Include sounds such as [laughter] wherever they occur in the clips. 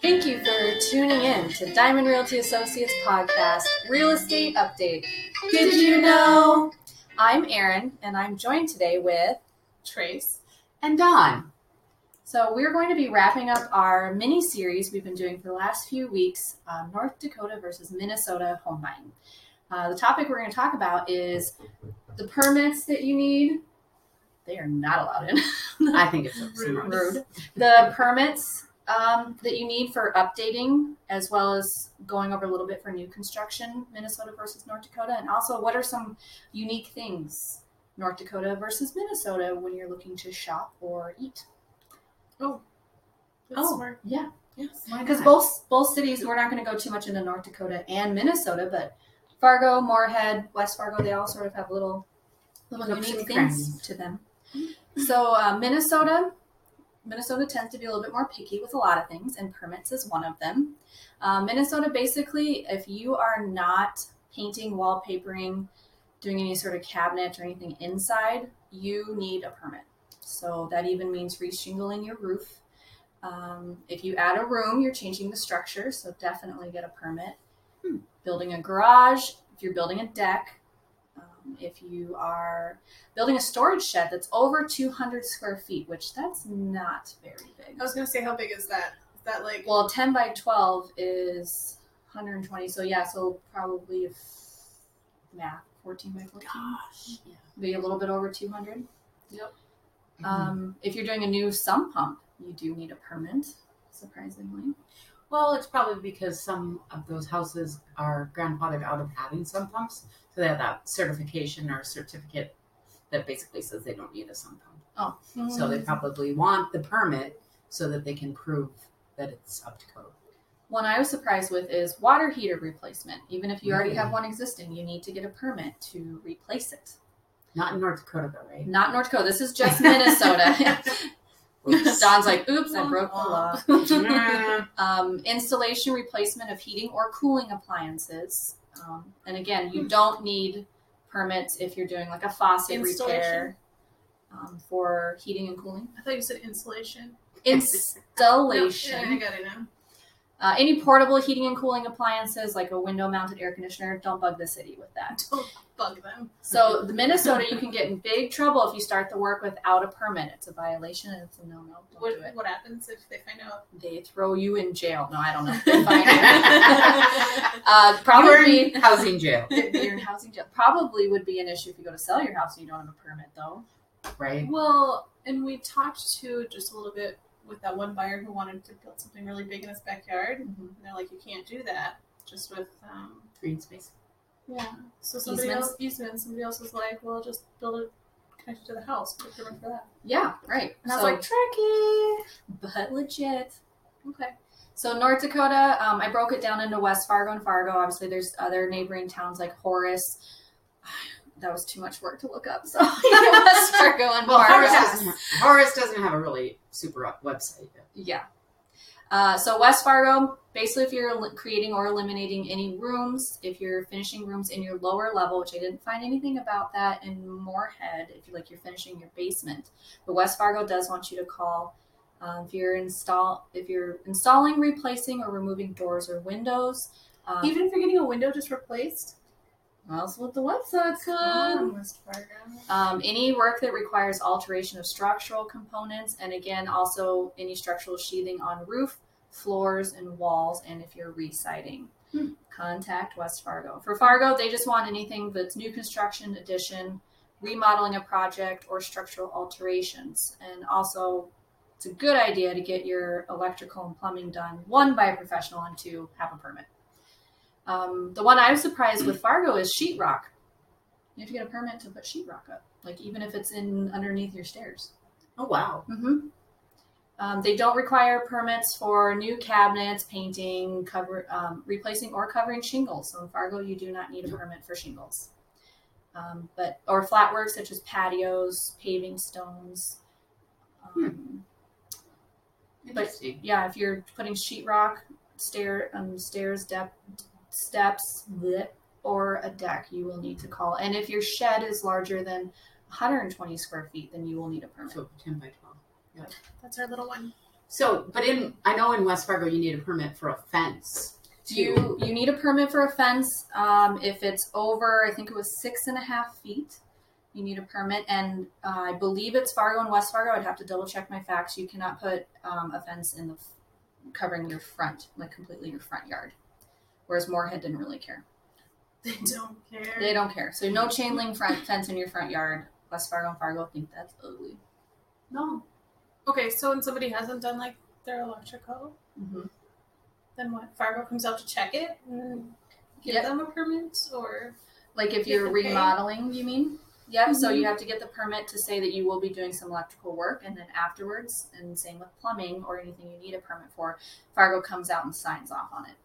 Thank you for tuning in to Diamond Realty Associates podcast, Real Estate Update. Did you know? I'm Erin, and I'm joined today with Trace. and Don. So we're going to be wrapping up our mini series we've been doing for the last few weeks: um, North Dakota versus Minnesota home buying. Uh, the topic we're going to talk about is the permits that you need. They are not allowed in. I think it's Rude. rude. The permits um, that you need for updating, as well as going over a little bit for new construction, Minnesota versus North Dakota, and also what are some unique things North Dakota versus Minnesota when you're looking to shop or eat. That's Oh. smart. Yeah, Yes. because both both cities, we're not going to go too much into North Dakota and Minnesota, but Fargo, Moorhead, West Fargo, they all sort of have little little Nooks unique and things crannies. to them. So uh, Minnesota, Minnesota tends to be a little bit more picky with a lot of things, and permits is one of them. Uh, Minnesota, basically, if you are not painting, wallpapering, doing any sort of cabinet or anything inside, you need a permit. So that even means reshingling your roof. Um, if you add a room, you're changing the structure, so definitely get a permit. Hmm. Building a garage, if you're building a deck, um, if you are building a storage shed that's over 200 square feet, which that's not very big. I was gonna say, how big is that? Is that like Well, 10 by 12 is 120. So, yeah, so probably, if, yeah, 14 by 14. Gosh. Be a little bit over 200. Um, Um, if you're doing a new sump pump, you do need a permit, surprisingly. well, it's probably because some of those houses are grandfathered out of having sump pumps, so they have that certification or certificate that basically says they don't need a sump pump. Oh, hmm, So they probably want the permit so that they can prove that it's up to code. one I was surprised with is water heater replacement. Even if you already have one existing, you need to get a permit to replace it. Not in North Dakota, though, right? Not North Dakota. This is just Minnesota. [laughs] Don's like, oops, I broke the law. [laughs] [laughs] Mm. um, installation replacement of heating or cooling appliances. Um, and again, you don't need permits if you're doing like a faucet repair Installation. um, for heating and cooling. I thought you said insulation. No, yeah, I Installation. got it now. Uh, any portable heating and cooling appliances like a window mounted air conditioner, don't bug the city with that. Don't bug them. So, the Minnesota, you can get in big trouble if you start the work without a permit. It's a violation and it's a no no. Don't What do it. what happens if they find out? They throw you in jail. No, I don't [laughs] know. They fine. uh, probably. You're in housing jail, [laughs] your housing jail probably would be an issue if you go to sell your house and you don't have a permit though right? well, and we talked to just a little bit with that one buyer who wanted to build something really big in his backyard, and they're like, you can't do that. Just with um, Green space. yeah. So somebody Easements. else easement. Somebody else was like, well, just build it connected to the house. Put a permit for that. yeah right And I was like, tricky. like but legit Okay. so north dakota um, i broke it down into west fargo and fargo obviously there's other neighboring towns like horace [sighs] that was too much work to look up so [laughs] west fargo and Well, fargo Horace Horace doesn't, have, Horace doesn't have a really super up website. Yet. Yeah. Uh, so West Fargo, basically, if you're el- creating or eliminating any rooms, if you're finishing rooms in your lower level, which I didn't find anything about that in Moorhead, if you like, you're finishing your basement. But West Fargo does want you to call um, if you're install if you're installing, replacing, or removing doors or windows. Um, Even if you're getting a window just replaced. else with the website's good. Oh, Um, any work that requires alteration of structural components, and again, also any structural sheathing on roof, floors, and walls, and if you're resiting. Hmm. Contact West Fargo. For Fargo, they just want anything that's new construction, addition, remodeling a project, or structural alterations. And also, it's a good idea to get your electrical and plumbing done one by a professional and two have a permit. Um, the one I'm surprised with Fargo is sheetrock. You have to get a permit to put sheetrock up, like even if it's in underneath your stairs. Oh wow! Mm-hmm. Um, they don't require permits for new cabinets, painting, cover, um, replacing or covering shingles. So in Fargo, you do not need a permit for shingles, um, but or flat work such as patios, paving stones. Um, Interesting. yeah, if you're putting sheetrock, stair, um, stairs, dep- steps, bleh, or a deck, you will need to call. And if your shed is larger than 120 square feet, then you will need a permit. So ten by twelve. That's our little one. So, but in I know in West Fargo you need a permit for a fence. Do you you need a permit for a fence um, if it's over? I think it was six and a half feet. You need a permit, and uh, I believe it's Fargo and West Fargo. I'd have to double check my facts. You cannot put um, a fence in the f- covering your front, like completely your front yard. Whereas Moorhead didn't really care. They don't care. They don't care. So no chain link front fence in your front yard. West Fargo and Fargo think that's ugly. No. Okay, so when somebody hasn't done like their electrical, Mm-hmm. then what? Fargo comes out to check it and give Yep. them a permit, or Like if You you're have to pay. remodeling, you mean? Mm-hmm. Yep. So Mhm. you have to get the permit to say that you will be doing some electrical work, and then afterwards, and same with plumbing or anything you need a permit for, Fargo comes out and signs off on it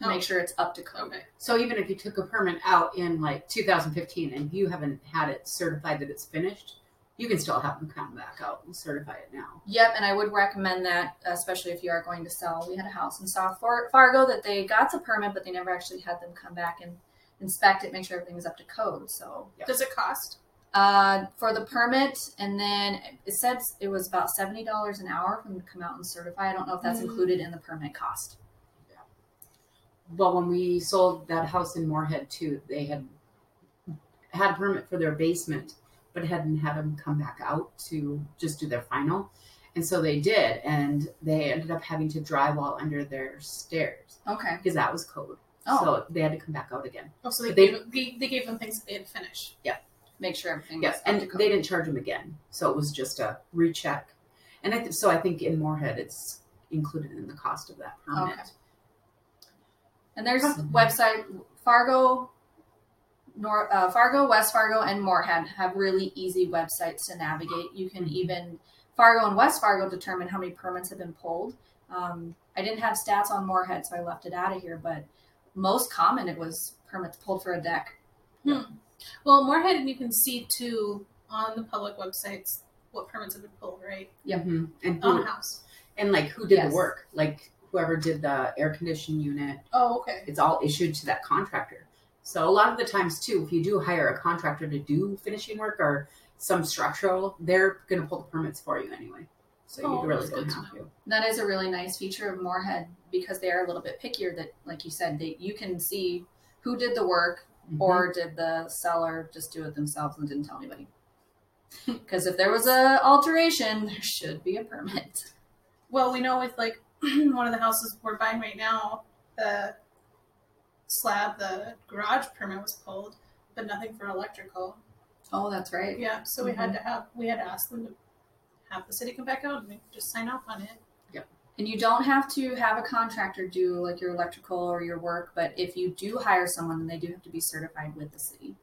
to Oh. make sure it's up to code. okay, So even if you took a permit out in like 2015 and you haven't had it certified that it's finished, you can still have them come back out and certify it now. Yep, and I would recommend that, especially if you are going to sell. We had a house in South Far- Fargo that they got the permit, but they never actually had them come back and inspect it, make sure everything was up to code. So Yep. does it cost? uh, for the permit, and then it said it was about seventy dollars an hour for them to come out and certify. I don't know if that's Mm. included in the permit cost. Well, when we sold that house in Moorhead too, they had had a permit for their basement, but hadn't had them come back out to just do their final. And so they did, and they ended up having to drywall under their stairs Okay. because that was code. Oh. So they had to come back out again. Oh, so they, They- gave, they, they gave them things that they had finished. Make sure everything. Yes, was up and to code. they didn't charge them again, so it was just a recheck. And I th- so I think in Moorhead, it's included in the cost of that permit. Okay. And there's website Fargo, Nor uh, Fargo, West Fargo, and Moorhead have really easy websites to navigate. You can Mhm. even Fargo and West Fargo determine how many permits have been pulled. Um, I didn't have stats on Moorhead, so I left it out of here. But most common, it was permits pulled for a deck. Well, Moorhead, you can see too on the public websites what permits have been pulled, right? Yep. Mhm. And who, On a house. and like who did Yes. the work? Like whoever did the air conditioning unit. Oh, okay. It's all issued to that contractor. So a lot of the times too, if you do hire a contractor to do finishing work or some structural, they're going to pull the permits for you anyway. So Oh, you really that's don't good to have to. That is a really nice feature of Moorhead because they are a little bit pickier. That, like you said, they, you can see who did the work, or Mm-hmm. did the seller just do it themselves and didn't tell anybody? [laughs] Because if there was a alteration, there should be a permit. [laughs] Well, we know with like [clears throat] one of the houses we're buying right now, the slab, the garage permit was pulled, but nothing for electrical. Oh, that's right. Yeah, so we had to have we had to ask them to have the city come back out and they just sign off on it. And you don't have to have a contractor do like your electrical or your work, but if you do hire someone, then they do have to be certified with the [laughs] city.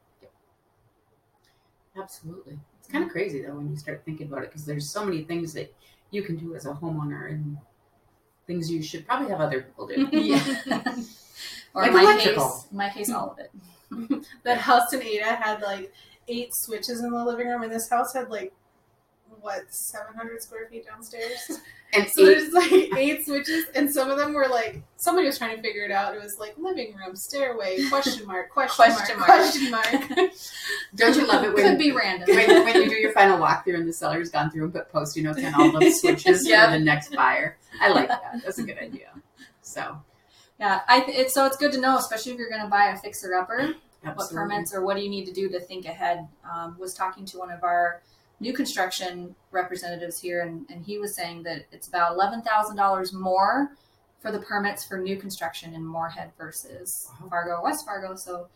Mhm. absolutely. It's kind of crazy though when you start thinking about it because there's so many things that you can do as a homeowner and things you should probably have other people do. [laughs] or Like in my electrical. case, in my case, all of it. That house in Ada had like eight switches in the living room, and this house had like what seven hundred square feet downstairs. and So eight- there's like eight switches, and some of them were like somebody was trying to figure it out. It was like living room, stairway, question mark, question, Question mark, mark. question mark. don't you love it [laughs] when Could be random. when, when you do your final walkthrough and the seller's gone through and put post-it notes on all the [laughs] switches Yep. for the next buyer. I like that. That's a good idea. So, yeah, I th- it's so it's good to know, especially if you're going to buy a fixer upper. what absolutely. permits or what do you need to do to think ahead um, was talking to one of our new construction representatives here and, and he was saying that it's about $11000 more for the permits for new construction in moorhead versus Wow. fargo west fargo so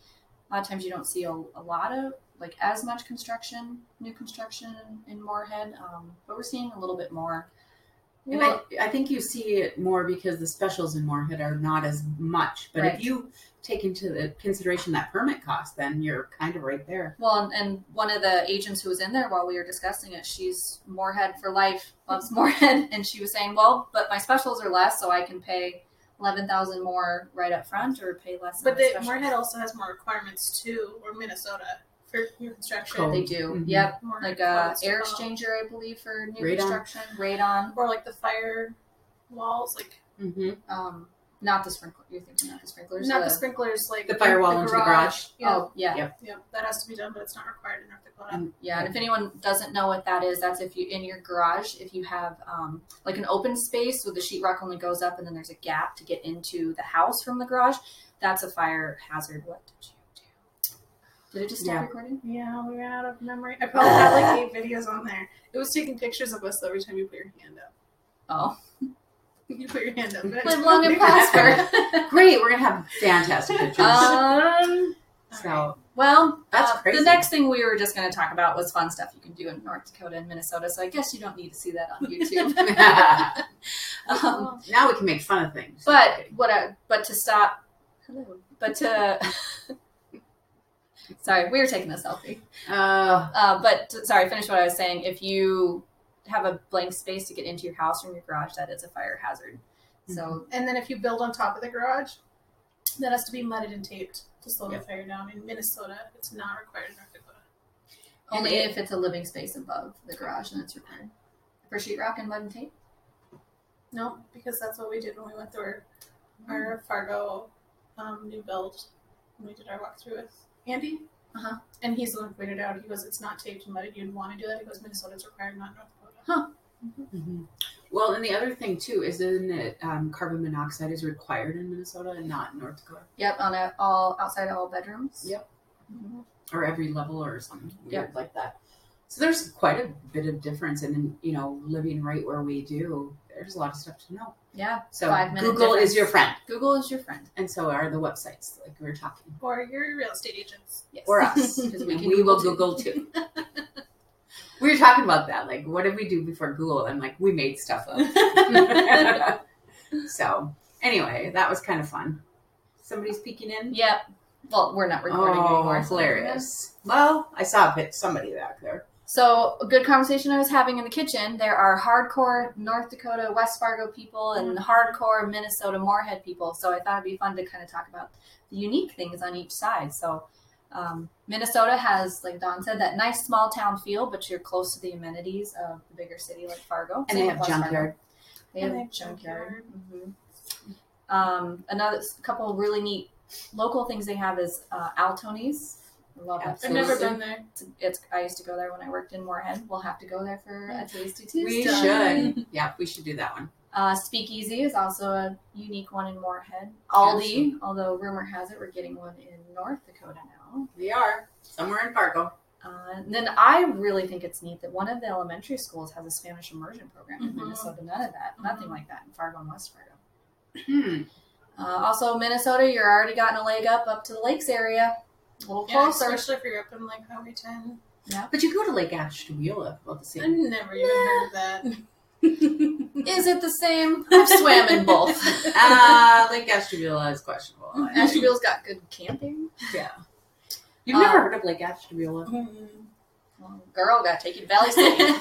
a lot of times you don't see a, a lot of like as much construction new construction in moorhead um, but we're seeing a little bit more And I, I think you see it more because the specials in Moorhead are not as much. But Right. if you take into the consideration that permit cost, then you're kind of right there. well and, and one of the agents who was in there while we were discussing it she's moorhead for life Mm-hmm. loves moorhead [laughs] and she was saying well but my specials are less so i can pay 11000 more right up front or pay less on But the, specials. Moorhead also has more requirements too, or Minnesota for new construction. Cool. they do Mhm. yep More like a codes to air follow. exchanger i believe for new Radon. construction radon or like the fire walls, like Mm-hmm. um, Not the sprinkler. You're thinking not the sprinklers. Not the sprinklers, like The firewall into the garage. Yeah. Oh yeah, Yeah. yeah, that has to be done, but it's not required in North Dakota. Um, yeah. And if anyone doesn't know what that is, that's if you in your garage, if you have um, like an open space where the sheetrock only goes up and then there's a gap to get into the house from the garage, that's a fire hazard. What did you do? Did it just stop Yeah. recording? Yeah, we ran out of memory. I probably have [laughs] like eight videos on there. It was taking pictures of us though, every time you put your hand up. Oh, [laughs] You put your hand up. but I live took long and [laughs] pictures. prosper. [laughs] Great. We're gonna have [laughs] fantastic pictures. um, so [laughs] well, That's uh, crazy. the next thing we were just going to talk about was fun stuff you can do in North Dakota and Minnesota. So I guess you don't need to see that on [laughs] YouTube. um, now we can make fun of things. But what I but to stop hello. But to [laughs] sorry, we were taking a selfie. uh, Uh, but to, sorry, finish what I was saying. If you have a blank space to get into your house from your garage, that is a fire hazard. So And then if you build on top of the garage, that has to be mudded and taped to slow the fire down. In Minnesota, it's not required in North Dakota. And only it- Mm-hmm. if it's a living space above the garage and it's required for sheetrock and mud and tape. No, because that's what we did when we went through our, Mm-hmm. our Fargo um, new build when we did our walkthrough with Andy. Uh-huh. And he's the one who pointed out, he goes, it's not taped and mudded. You'd want to do that. He goes, Minnesota's required, not North Dakota. mhm. well, and the other thing too is isn't it um, carbon monoxide is required in Minnesota and not in North Dakota Yep, on a, all outside all bedrooms. Yep. Mhm. or every level or something weird like that. So there's quite a bit of difference, and then you know, living right where we do, there's a lot of stuff to know. Yeah. So Five minute Google is your friend, Google is your friend. and so are the websites like we were talking. Or your real estate [laughs] agents. Yes. or [laughs] us. because we And can we will too. Google too. [laughs] we were talking about that. Like, what did we do before Google? And like, we made stuff [laughs] [laughs] up. so, anyway, that was kind of fun. Somebody's peeking in. Yep. Well, we're not recording anymore. Oh, so- hilarious! Well, I saw a bit somebody back there. So, a good conversation I was having in the kitchen. There are hardcore North Dakota, West Fargo people and hardcore Minnesota Moorhead people. So, I thought it'd be fun to kind of talk about the unique things on each side. So, um, Minnesota has, like Don said, that nice small town feel, but you're close to the amenities of the bigger city like Fargo. And Same they with have West Fargo. junkyard. They And have they have junkyard. Mhm. Um, another a couple really neat local things they have is uh, Altonies. I love that. I've never place. been there. It's, it's I used to go there when I worked in Moorhead. We'll have to go there for a tasty We Tuesday. should. Yeah, we should do that one. Uh, Speakeasy is also a unique one in Moorhead. Aldi, although rumor has it we're getting one in North Dakota now. We are somewhere in Fargo. Uh, and then I really think it's neat that one of the elementary schools has a Spanish immersion program Mhm. Mm-hmm. in Minnesota. None of that, nothing like that in Fargo and West Fargo. Hmm. Uh, also, Minnesota, you're already gotten a leg up up to the lakes area, a little Yeah, closer. especially if you're up in like Highway 10. But you go to Lake Ashtabula about the [laughs] I same. never even heard [laughs] of that. Is it the same? I've swam in both. [laughs] [laughs] Ah, Lake Ashtabula is questionable. [laughs] Asheville's got good camping. Yeah. Uh, You've never Um, heard of Lake Ashtabula? Well, girl got taken Valley City.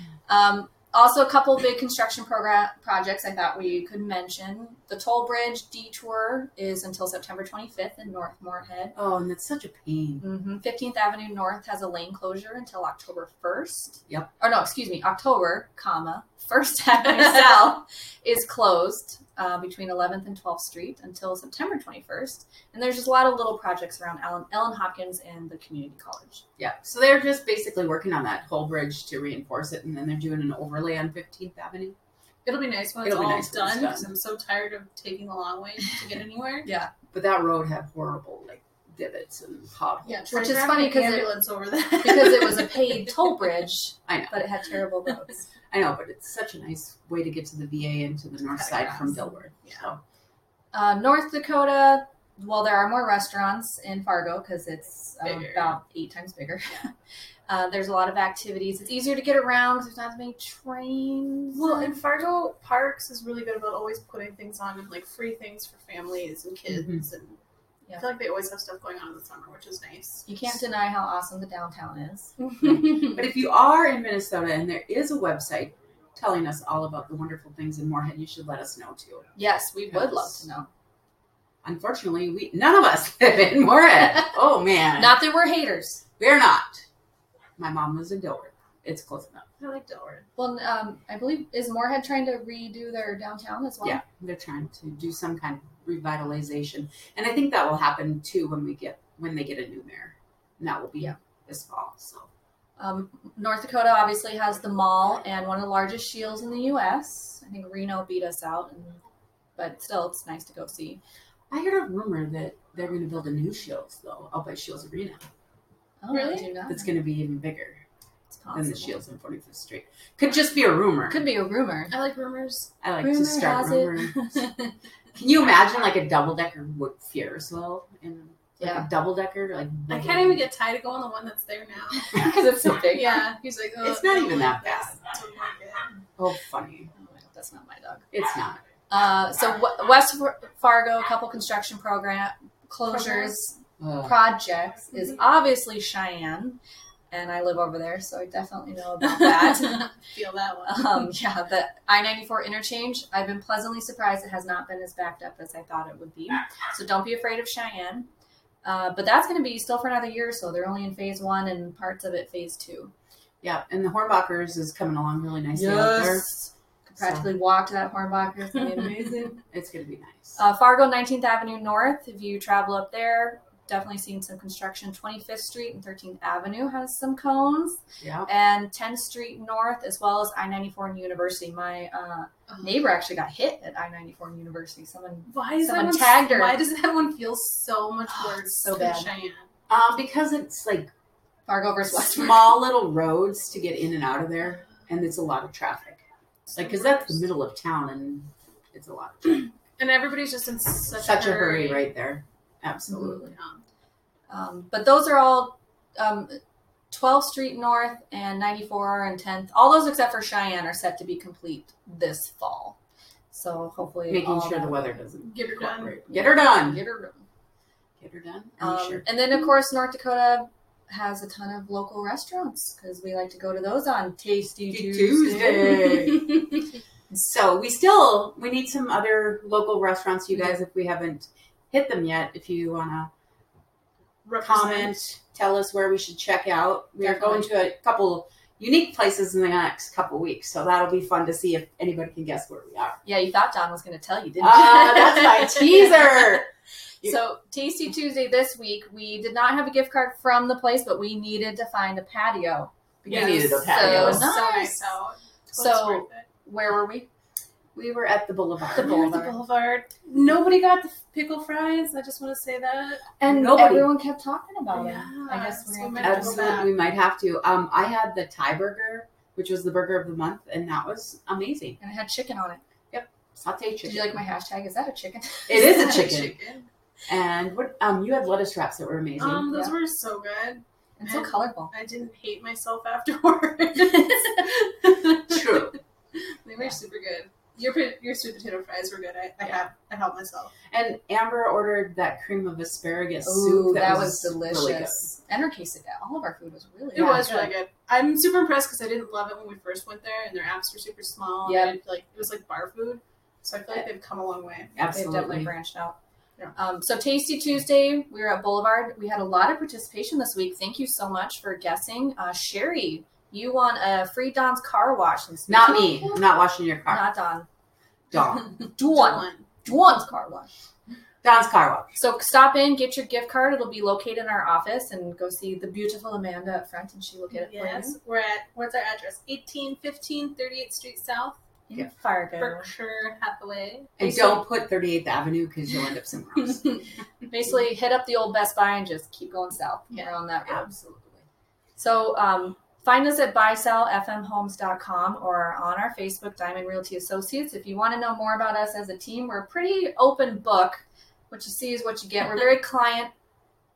[laughs] um, also, a couple big construction program projects I thought we could mention. The toll bridge detour is until September 25th in North Moorhead. [laughs] oh, and that's such a pain. Mhm. 15th Avenue North has a lane closure until October 1st. Yep. Or no, excuse me, October, comma, 1st Avenue South is closed uh, between 11th and 12th Street until September 21st. And there's just a lot of little projects around Ellen, Ellen Hopkins and the community college. Yeah. So they're just basically working on that whole bridge to reinforce it, and then they're doing an overlay on 15th Avenue. It'll be nice when it's It'll be all nice when it's done because done. I'm so tired of taking the long way to get [laughs] anywhere. But that road had horrible, like, divots and potholes. Yeah, Which is funny 'cause it- ambulance over [laughs] that because it was a paid toll bridge, I know. but it had terrible roads. I know, but it's such a nice way to get to the VA and to the north Cut side from across. Dilworth. Yeah. So, Uh, North Dakota, well, there are more restaurants in Fargo because it's um, Bigger. about eight times bigger. [laughs] Uh, there's a lot of activities. It's easier to get around 'cause there's not as many trains. [laughs] Well, in Fargo, Parks is really good about always putting things on and like free things for families and kids. Mm-hmm. And Yeah. I feel like they always have stuff going on in the summer, which is nice. you [laughs] can't deny how awesome the downtown is. but if you are in Minnesota and there is a website telling us all about the wonderful things in Moorhead, you should let us know too. Yes, we would love Yes. to know. Unfortunately, we none of us [laughs] live in [laughs] Moorhead. Oh man, Not that we're haters. we're not. My mom lives in Dilworth. It's close enough. I like Delaware. Well, um, I believe is Moorhead trying to redo their downtown as well. Yeah, they're trying to do some kind of revitalization, and I think that will happen too when we get when they get a new mayor, and that will be Yeah. this fall. So Um, North Dakota obviously has the mall and one of the largest shields in the U.S. I think Reno beat us out, and, but still, it's nice to go see. I heard a rumor that they're going to build a new Shields though out by Shields Arena. Oh, Really? I do not. That's going to be even bigger It's than possible. the Shields on Forty Fifth Street. Could just be a rumor. Could be a rumor. I like rumors. I like rumor to start has rumoring. [laughs] it. Can you imagine like a double decker would Fierswell and like [laughs] yeah, a double decker like I can't even get Ty to go on the one that's there [laughs] now. because it's [laughs] so big. yeah, he's like, oh, It's not even that that's- bad. that's what I get. oh funny. Oh my God, that's not my dog. It's not. Uh, so w- West Fargo, a couple construction program closures Ugh. projects is obviously Cheyenne, and I live over there, so I definitely know about that. Feel that [laughs] one. um, yeah, the I ninety four interchange. I've been pleasantly surprised it has not been as backed up as I thought it would be. So don't be afraid of Cheyenne. Uh, but that's going to be still for another year or so. They're only in phase one and parts of it phase two. Yeah, and the Hornbachers is coming along really nicely out there. Could practically walk to that Hornbacher. It's going to be amazing. It's gonna be nice. Uh, Fargo, 19th Avenue North. If you travel up there, definitely seen some construction. 25th Street and 13th Avenue has some cones, yeah. and 10th Street North, as well as I 94 and University. My uh, Oh. neighbor actually got hit at I 94 and University. Someone, Why is Someone that one, tagged her. Why does that one feel so much worse So than bad. Cheyenne? Um, because it's [laughs] like Fargo [laughs] versus Westford. small little roads to get in and out of there, and it's a lot of traffic. Like, because that's the middle of town, and it's a lot. And everybody's just in such, Such a hurry right there. Absolutely. Um, but those are all um, 12th Street North and 94 and 10th. All those except for Cheyenne are set to be complete this fall. So hopefully, Making all sure that- the weather doesn't Get her done. cooperate. Mm-hmm. Get her done. Get her done. Get her done. Are you Um, sure? And then, of course, North Dakota has a ton of local restaurants because we like to go to those on Tasty Tasty Tuesday. So we still we need some other local restaurants, you guys. If we haven't hit them yet, if you wanna Represent. comment, tell us where we should check out. We are Definitely. going to a couple unique places in the next couple weeks, so that'll be fun to see if anybody can guess where we are. [laughs] yeah, you thought Don was going to tell you, didn't you? Ah, [laughs] [laughs] that's my teaser. So Tasty Tuesday this week, we did not have a gift card from the place, but we needed to find a patio. We because needed a it's It patio. was So so nice. nice out. It's So- worth it. Where were we? We were at the Boulevard. The Boulevard. The boulevard. Nobody got the pickle fries. I just want to say that. And Nobody. everyone kept talking about it. I guess Oh, so we're gonna might have have go to go back. Oh, Absolutely, we might have to. Um, I had the Thai burger, which was the burger of the month, and that was amazing. And it had chicken on it. Saute chicken. Did you like my hashtag? Is that a chicken? [laughs] It is a Fried chicken. And what? Um, you had lettuce wraps that were [laughs] amazing. Um, those Yeah. were so good. And so colorful. I didn't hate [laughs] myself [laughs] afterwards. True. They were super good. Your po- your sweet potato fries were good. I, I have I helped myself. And Amber ordered that cream of asparagus Ooh, soup. that, was, really delicious. good. and our quesadilla. All of our food was really It was really good. I'm super impressed because I didn't love it when we first went there, and their apps were super small. Yeah. and I feel like it was like bar food, so I feel like they've come a long way. They've definitely Absolutely. branched out. Yeah. Um, so Tasty Tuesday, we were at Boulevard. We had a lot of participation this week. Thank you so much for guessing. Uh, Sherry, you won a free Don's car wash. this Not week. me. Not washing your car. Not Don. Dawn. Dawn. One. Dawn's car wash. Dawn's car [laughs] wash. So stop in, get your gift card. It'll be located in our office, and go see the beautiful Amanda up front, and she will get it Yes, we're at what's our address? 1815 38th Street South, for you. In Fargo. Berkshire Hathaway. And Basically- don't put 38th Avenue because you'll end up somewhere else. Basically, hit up the old Best Buy and just keep going south. Yeah. We're on that road. Absolutely. So um, find us at buysellfmhomes.com or on our Facebook, Diamond Realty Associates. If you want to know more about us as a team, we're a pretty open book. What you see is what you get. We're very client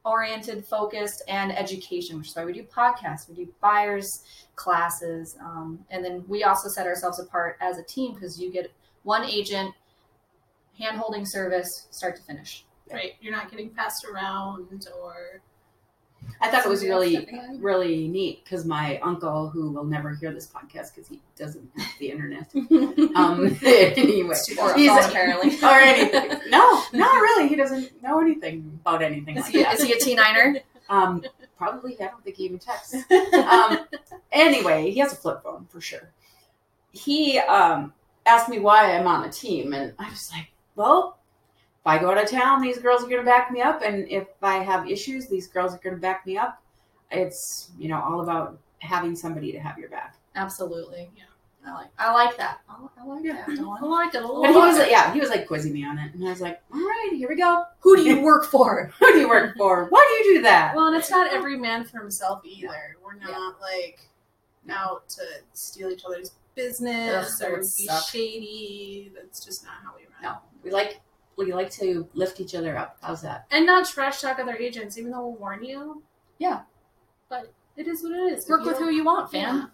oriented, focused, and education, which is why we do podcasts, we do buyers classes. Um, and then we also set ourselves apart as a team because you get one agent, hand holding service, start to finish. Right, you're not getting passed around or. I thought it was somebody really, else stepping in. really neat because my uncle, who will never hear this podcast because he doesn't have the internet, um, [laughs] anyway, It's too Or a He's [laughs] phone, a- apparently. or anything. No, not really. He doesn't know anything about anything Is like he, that. is he a T niner? Um, probably, I don't think he even texts. um, anyway, he has a flip phone for sure. He um, asked me why I'm on the team, and I was like, well, if I go out of town, these girls are going to back me up, and if I have issues, these girls are going to back me up. It's you know all about having somebody to have your back. [laughs] Absolutely. Yeah. I like I like that. I li- I like Yeah. that. Dawn. oh, like it a lot. But he was yeah, he was like quizzing me on it, and I was like, all right, here we go. [laughs] Who do you work [laughs] for? who do you work for? Why do you do that? Well, and it's not every man for himself either. We're Yeah. not like out to steal each other's business Ugh, that or would be suck. shady. That's just not how we run. No, we like we like to lift each other up. How's that? And not trash talk other agents, even though we'll warn you. Yeah. But it is what it is. If Work with you- who you want, Yeah. fam.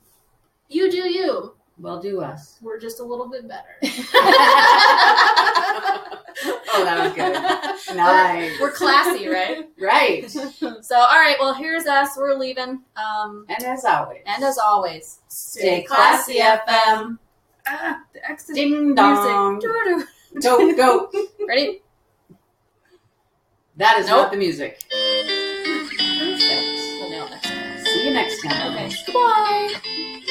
You do you. Well, do us. We're just a little bit [laughs] better. oh, that was good. Nice. We're classy, right? Right. So, all right. Well, here's us. We're leaving. Um, And as always, and as always, stay classy, FM. Ah, the exit Ding dong. music. Doo-doo. Go go. ready? That is Nope. not the music. Perfect. We'll nail next time. See you next time. Okay. Goodbye.